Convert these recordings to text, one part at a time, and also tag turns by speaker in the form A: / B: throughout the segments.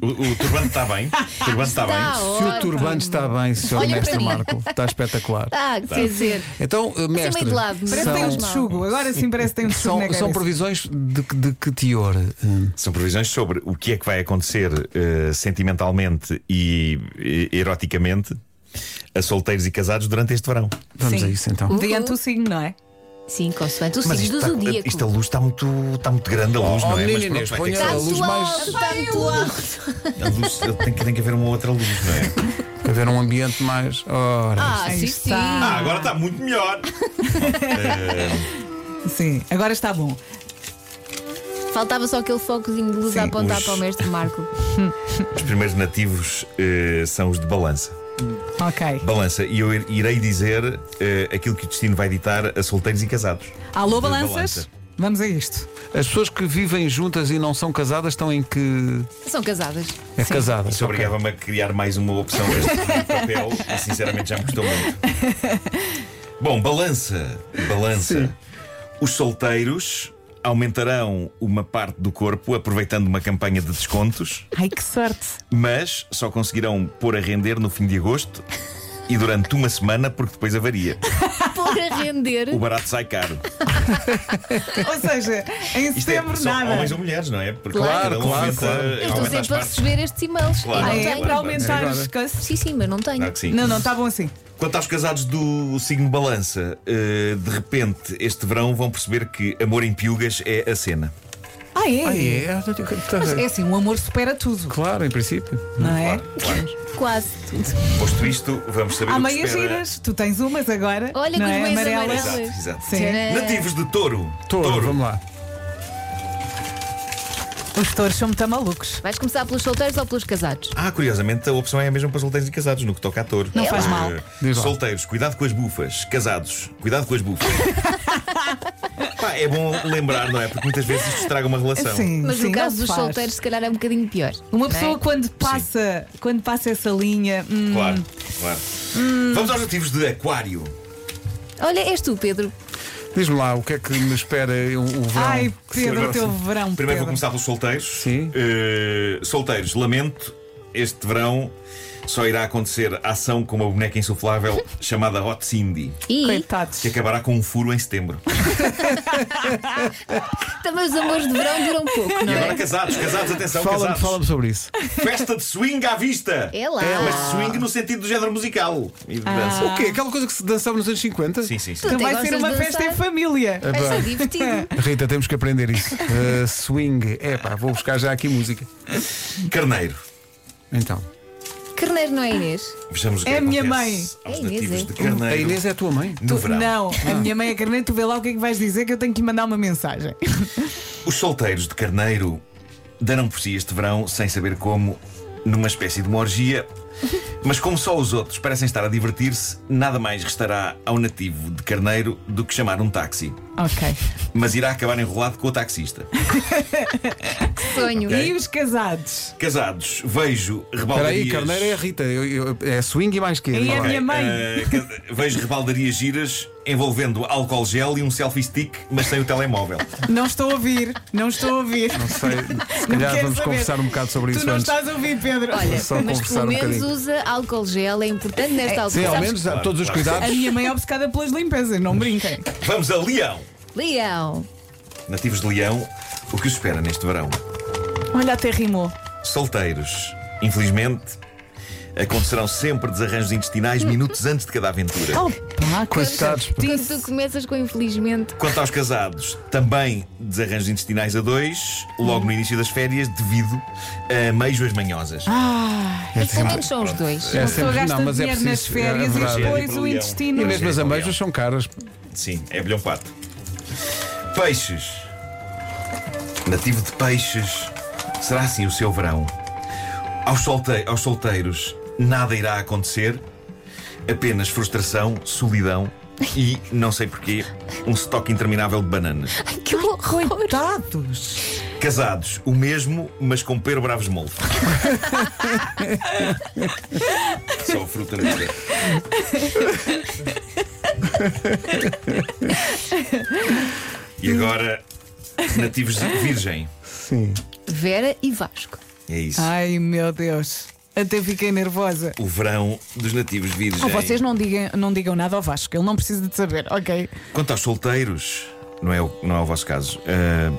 A: O, o turbante está bem? O turbante
B: Tá
A: está Tá bem?
C: Se o turbante está bem, senhor
B: Olha
C: mestre
B: para mim.
C: Marco, está espetacular.
A: Tá.
B: Está, Tá, quer dizer.
C: Então, eh, mestre,
B: meio de lado, mas-
D: Parece que tem um
C: são,
D: texugo. Agora sim parece que tem um texugo
C: são,
D: na cabeça.
C: são previsões de, que- de que teor? Hum,
A: São previsões sobre o que é que vai acontecer eh, sentimentalmente e, e eroticamente a solteiros e casados durante este verão.
C: Vamos
D: Sim.
C: a isso então.
D: Diante do signo, não é?
B: Sim, consoante o
A: Mas
B: signo
A: isto,
B: do
A: está-
B: zodíaco.
A: isto é a luz está muito, está muito grande, a luz,
C: Oh,
A: não é?
C: menina
A: Mas
C: Inês,
A: pronto, vai ter que-
B: Está
C: ponha a luz
B: muito
C: mais-
B: alto, está Tá muito alto.
A: a luz tem, que, tem que haver uma outra luz, não é?
C: Para ver um ambiente mais. Ora,
B: Ah,
D: Aí
B: sim, sim.
D: está.
A: Ah, agora está muito melhor.
D: Sim, agora está bom.
B: Faltava só aquele focozinho de luz
A: Sim,
B: a apontar
A: os-
B: para o mestre Marco.
A: Os primeiros nativos eh, são os de balança.
D: Ok.
A: Balança, e eu ir- irei dizer eh, aquilo que o destino vai ditar a solteiros e casados.
D: Alô,
A: De
D: balanças?
A: balança.
D: Vamos a isto.
C: As pessoas que vivem juntas e não são casadas estão em que.
B: São casadas.
C: É casadas.
A: Isso
C: ok.
A: obrigava-me a criar mais uma opção deste papel e sinceramente já me custou muito. Bom, balança, balança. Os solteiros aumentarão uma parte do corpo aproveitando uma campanha de descontos,
D: Ai, que sorte.
A: mas só conseguirão pôr a render no fim de agosto e durante uma semana porque depois avaria.
B: Por a render.
A: O barato sai caro.
D: Ou seja, em
A: Isto é
D: setembro
A: só
D: nada.
A: homens ou mulheres, não é? Porque
B: Claro,
A: cada um
C: claro,
A: aumenta,
C: claro.
B: Eu estou
A: aumenta as
B: sempre a
A: partes.
B: receber estes e-mails.
A: Claro.
B: E
D: Ah,
B: não
D: é?
A: Claro,
B: tenho.
D: para
A: claro,
D: aumentar
C: claro.
D: os coisas.
B: Sim, sim, mas não tenho.
A: Claro que sim.
D: Não, não, está bom assim.
A: Quanto aos casados do signo Balança, eh, de repente, este verão, vão perceber que amor em piugas é a cena.
D: Ah, é?
C: Ah, é? Ah, tá- tá-
D: Mas é assim, o amor supera
B: é-
D: tudo,
C: Claro, em princípio.
D: não é?
A: Claro, claro.
B: Quase.
A: Posto isto, vamos saber
D: Há
A: o que é.
D: meias
A: espera.
D: giras, tu tens umas agora.
B: Olha
D: não
B: com os
D: é?
B: meias
D: amarelas.
A: Exato,
B: amarelas.
A: exato.
D: Sim.
A: Nativos de touro.
C: Touro, vamos lá.
D: Os touros são muito malucos.
B: Vais começar pelos solteiros ou pelos casados?
A: Ah, curiosamente, a opção é a mesma para solteiros e casados, no que toca a touro.
D: Não faz
A: Eh,
D: mal.
C: Diz lá.
A: Solteiros, cuidado com as bufas. Casados, cuidado com as bufas. Pá, é bom lembrar, não é? Porque muitas vezes isto estraga uma relação.
D: Sim,
B: Mas
D: sim,
B: no caso
D: não se
B: dos
D: faz.
B: solteiros, se calhar é um bocadinho pior. não
D: Uma
B: é?
D: pessoa quando passa, quando passa essa linha, hum,
A: Claro, claro. Vamos aos nativos de aquário.
B: Olha, és tu, Pedro.
C: Diz-me lá o que é que me espera o, o verão.
D: ai Pedro,
A: Sim.
D: o teu verão.
A: Primeiro vou
D: Pedro.
A: começar pelos solteiros.
C: Sim.
A: Eh, solteiros, lamento, este verão só irá acontecer a ação com uma boneca insuflável chamada Hot Cindy,
B: E
D: Coitados.
A: que acabará com um furo em setembro.
B: também os amores de verão duram pouco,
A: E
B: não
A: agora
B: é?
A: casados, casados, atenção,
C: Fala-me
A: casados.
C: fala sobre isso.
A: Festa de swing à vista.
B: É lá. Ah.
A: Mas swing no sentido do género musical e de
D: Ah.
A: dança.
C: O quê? Aquela coisa que se dançava nos anos 50?
A: Sim, sim, sim.
B: Tu até
D: Então Vai
B: gostas
D: ser uma
B: de
D: festa em
B: dançar?
D: família.
A: é
C: Ah,
B: Vai
C: pá.
B: ser É divertido.
C: Rita, temos que aprender isso. Uh, swing. Epá, vou buscar já aqui música.
A: Carneiro.
C: Então.
B: Carneiro não é Inês?
A: Vejamos o que
D: É a minha
A: acontece
B: mãe.
A: Aos
B: É a Inês,
A: nativos
B: é?
A: de
C: A
A: carneiro.
C: Inês é a tua mãe?
A: No
D: Tu-
A: verão.
D: não, a minha mãe é carneiro, tu vê lá o que é que vais dizer que eu tenho que mandar uma mensagem.
A: Os solteiros de carneiro darão por si este verão, sem saber como, numa espécie de uma orgia. Mas como só os outros parecem estar a divertir-se, nada mais restará ao nativo de carneiro do que chamar um táxi.
D: Ok.
A: Mas irá acabar enrolado com o taxista.
B: Que sonho.
D: E os casados?
A: Casados, vejo
C: Espera
A: rebaldarias.
C: aí, Carneiro é a Rita. Eu- eu- é swing e mais quê?
D: E
C: Diz
D: é
C: lá.
D: a minha mãe.
A: Eh, ca- vejo rebaldarias giras envolvendo álcool gel e um selfie stick, mas sem o telemóvel.
D: Não estou a ouvir, não estou a ouvir.
C: Não sei. Se calhar
D: Não quero
C: vamos
D: saber.
C: conversar um bocado sobre
D: Tu
C: isso
D: não
C: antes.
D: estás a ouvir, Pedro.
B: Olha,
C: Só
B: É, mas
C: conversar
B: pelo
C: um
B: menos
C: bocadinho.
B: usa álcool gel, é importante nesta altura.
C: Sim, ao
B: Sabes-
C: menos
A: Claro,
C: todos os
A: claro.
D: A
C: cuidados.
D: minha mãe é obcecada pelas limpezas, não brinquem.
A: Vamos a Leão!
B: Leão.
A: Nativos de Leão, o que os espera neste verão?
D: Olha, até rimou.
A: Solteiros, infelizmente, acontecerão sempre desarranjos intestinais minutos antes de cada aventura.
D: Oh, pá,
C: Coitados. pá.
B: Quando tu começas com infelizmente.
A: Quanto aos casados, também desarranjos intestinais a dois, logo no início das férias, devido a meijoas manhosas.
C: É
B: Mas pelo
C: sempre-
B: menos são os dois.
C: É
D: a pessoa
C: sempre.
D: gasta
C: Não, mas é
D: dinheiro nas
C: preciso. é
D: férias e
C: verdade.
D: depois
A: É
D: o
A: brilhão.
D: intestino.
C: E mesmo as ameijas são caras.
A: Sim, é bilhão pato. Peixes. Nativo de peixes. Será assim o seu verão? Aos, solte- aos solteiros, nada irá acontecer. Apenas frustração, solidão e, não sei porquê, um estoque interminável de bananas.
B: Ai, Tá. que horror.
D: Coitados!
A: Casados, o mesmo, mas com pero bravos molde. Só fruta negra. E agora, nativos de virgem.
C: Sim.
B: Vera e Vasco.
A: É isso.
D: Ai meu Deus. Até fiquei nervosa.
A: O verão dos nativos de Virgem.
D: Oh, vocês não digam, não digam nada ao Vasco, ele não precisa de saber, ok?
A: Quanto aos solteiros, não é o, não é o vosso caso, ah,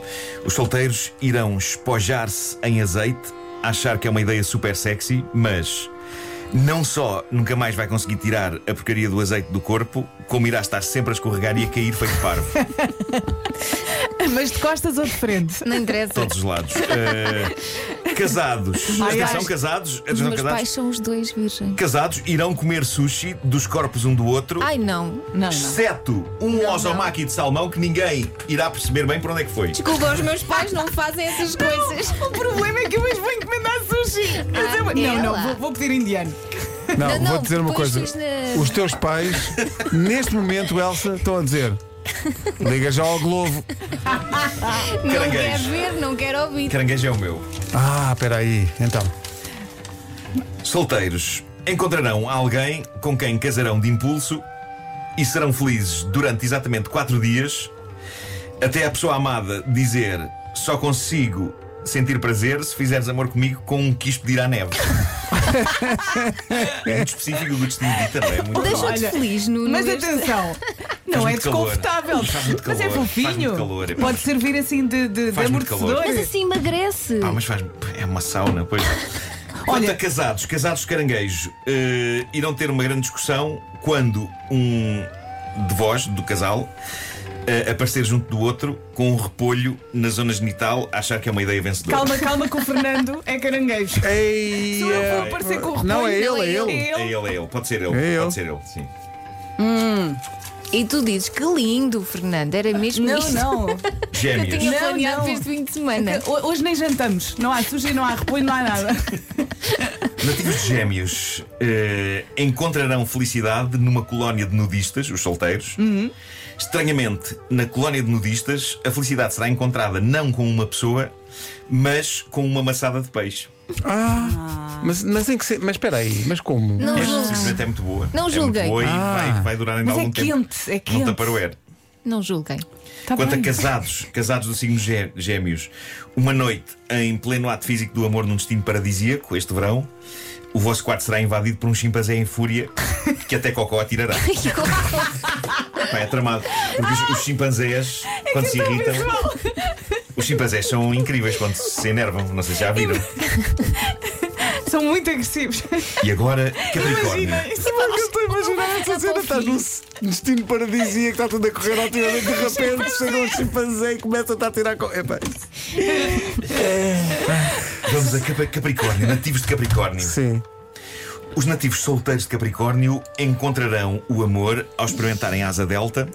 A: os solteiros irão espojar-se em azeite, achar que é uma ideia super sexy, mas não só nunca mais vai conseguir tirar a porcaria do azeite do corpo, como irá estar sempre a escorregar e a cair feito parvo.
D: Mas de costas ou de frente?
B: Não interessa.
A: todos os lados. Eh, casados.
D: Ai,
A: atenção,
D: ai.
A: casados.
B: Os
A: Atenção,
B: meus
A: casados.
B: pais são os dois virgem.
A: Casados irão comer sushi dos corpos um do outro,
B: Ai não.
D: Não, não.
A: exceto um osomaki de salmão que ninguém irá perceber bem para onde é que foi.
B: Desculpa, os meus pais não fazem essas coisas.
D: O problema é que eu hoje vou encomendar sushi. Mas eu-
B: Ah,
D: Não, não,
B: ela.
D: vou, vou pedir indiano.
B: Não,
C: Não, vou
B: não,
C: dizer uma
B: depois
C: coisa.
B: diz
D: é.
B: na-
C: Os teus pais, neste momento, Elsa, estão a dizer: liga já ao Globo.
B: Não quer
A: Caranguejos.
B: ver, não quer ouvir.
A: Caranguejo é o meu.
C: Ah, peraí, então.
A: Solteiros encontrarão alguém com quem casarão de impulso e serão felizes durante exatamente quatro dias, até a pessoa amada dizer só consigo sentir prazer se fizeres amor comigo com um quispo de ir à neve. é muito específico o que o destino dita, não é? Muito
B: Deixou-te
D: Olha,
B: feliz, Nuno.
D: Mas
B: este-
D: atenção, não é
A: muito calor.
D: desconfortável.
A: Faz muito
D: Mas é
A: calor, faz
D: fofinho.
A: muito calor, é pá.
D: Pode servir assim de, de, de
A: Faz muito calor.
D: amortecedor.
B: Mas assim emagrece.
A: Ah, mas faz. É uma sauna, pois. Olha,
D: Olha-
A: casados, casados de caranguejo, eh, irão ter uma grande discussão quando um de vós, do casal, eh, aparecer junto do outro com um repolho na zona genital, a achar que é uma ideia vencedora.
D: Calma, calma, que o Fernando é caranguejo.
C: Ei,
D: Se eu
C: eh,
D: for aparecer com o
C: não, é
D: repolho,
C: ele, é
D: não,
C: ele.
A: É ele, é ele, pode ser ele.
C: É ele.
A: Pode ser ele, sim.
B: E tu dizes que lindo, Fernando. Era mesmo
D: Não,
B: isto
D: não.
B: que eu
A: Gêmeas.
B: tinha
D: Não,
B: planeado
D: não. É
B: para este fim de semana.
D: Ho- Hoje nem jantamos. Não há sushi, não há repolho, não há nada.
A: Nativos de gêmeos eh, encontrarão felicidade numa colónia de nudistas, os solteiros.
D: Uhum.
A: Estranhamente, na colónia de nudistas, a felicidade será encontrada não com uma pessoa, mas com uma maçada de peixe.
C: Ah, mas, mas em que se... Mas peraí, mas como?
B: Não
A: Esta
B: julguem.
A: simplesmente é muito boa.
B: Não
A: é
B: julguem.
A: Muito boa e
C: Ah.
A: vai, vai durar ainda
D: Mas é
A: algum tempo.
D: quente, é quente.
A: Não taparoer.
B: Não julguem.
D: Tá
A: Quanto a
D: bem.
A: casados, casados do signo gé- gêmeos, uma noite em pleno ato físico do amor num destino paradisíaco, este verão, o vosso quarto será invadido por um chimpanzé em fúria que até Cocó atirará. Pá, é tramado. Porque os, os chimpanzés,
D: É
A: quando se irritam. Os chimpanzés são incríveis quando se enervam, não sei se já viram.
D: São muito agressivos.
C: Tá
A: E agora, Capricórnio.
D: Imagina, isso
C: Como é que eu estou a imaginar essa cena? Estás num destino paradisíaco, está tudo a correr ativamente, de repente chega um chimpanzé e começa-te a tirar. Co... Epá,
A: Vamos a Cap- Capricórnio, nativos de Capricórnio.
C: sim.
A: Os nativos solteiros de Capricórnio encontrarão o amor ao experimentarem asa delta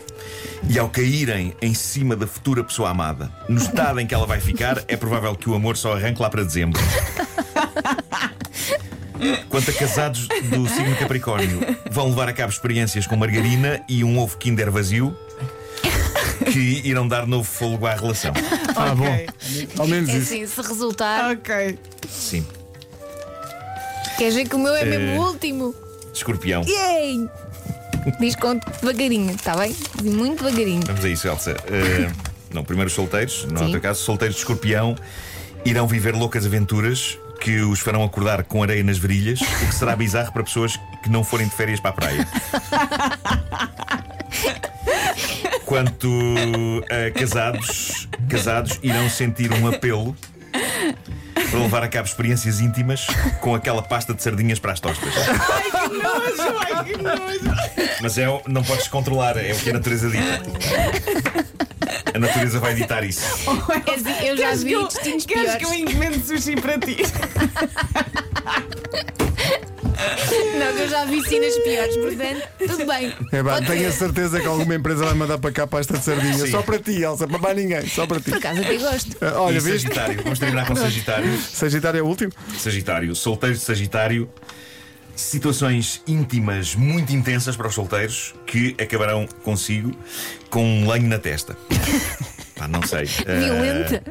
A: e ao caírem em cima da futura pessoa amada. No estado em que ela vai ficar, é provável que o amor só arranque lá para dezembro. Quanto a casados do signo Capricórnio, vão levar a cabo experiências com margarina e um ovo Kinder vazio que irão dar novo fôlego à relação.
C: Ah,
D: Ok.
C: bom. Ao menos
B: É
C: isso.
B: assim, se resultar.
D: Ok.
A: Sim,
B: Quer dizer que o meu é
A: Eh.
B: mesmo o último?
A: escorpião.
B: Yay! Diz conto devagarinho, está bem? Muito devagarinho.
A: Vamos a isso, Elsa. Eh, não, primeiro os solteiros, não é o
B: Sim.
A: teu caso, solteiros de escorpião irão viver loucas aventuras que os farão acordar com areia nas virilhas, o que será bizarro para pessoas que não forem de férias para a praia. Quanto a casados, casados irão sentir um apelo para levar a cabo experiências íntimas com aquela pasta de sardinhas para as tostas.
D: Ai que nojo, ai que nojo.
A: Mas é, o- não podes controlar, é o que a natureza dita. A natureza vai ditar isso.
B: É assim, eu já
D: Queres
B: vi
D: que eu,
B: destinos
D: queres que eu
B: piores.
D: encomende sushi para ti?
B: Não, que eu já vi cenas piores, portanto, tudo bem.
C: É pá,
B: Pode
C: tenho a
B: ser.
C: certeza que alguma empresa vai mandar para cá pasta de sardinha.
A: Sim.
C: Só para ti, Elsa, para mais ninguém, só para ti.
B: Por acaso até gosto.
C: Ah, Olha,
A: e
C: viste?
A: Sagitário, vamos terminar com Sagitário.
C: Sagitário é o último?
A: Sagitário, solteiros de Sagitário, situações íntimas muito intensas para os solteiros que acabarão consigo com um lenho na testa. Pá, não sei. Ah,
B: Violenta.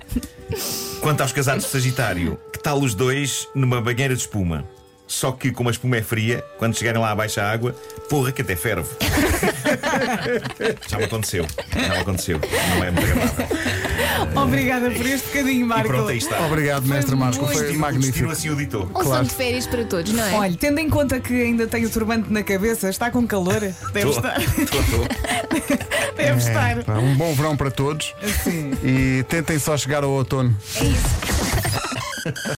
A: Quanto aos casados de Sagitário, que tal os dois numa banheira de espuma? Só que, como a espuma é fria, quando chegarem lá abaixo à água, porra que até ferve. Já me aconteceu. Já me aconteceu. Não é muito agradável.
D: Obrigada por este bocadinho,
A: E
D: Marco.
A: pronto, é aí está.
C: Obrigado, mestre Marco.
D: muito
C: Foi
A: Destino- Destino
C: magnífico.
A: assim o ditou.
B: Um som
C: Claro.
B: de férias para todos, não é?
D: Olha, tendo em conta que ainda tenho o turbante na cabeça, está com calor? Deve
A: Estou,
D: estar.
A: estou, estou.
D: Deve estar.
C: É, pá, um bom verão para todos
D: Sim.
C: e tentem só chegar ao outono.
B: É isso.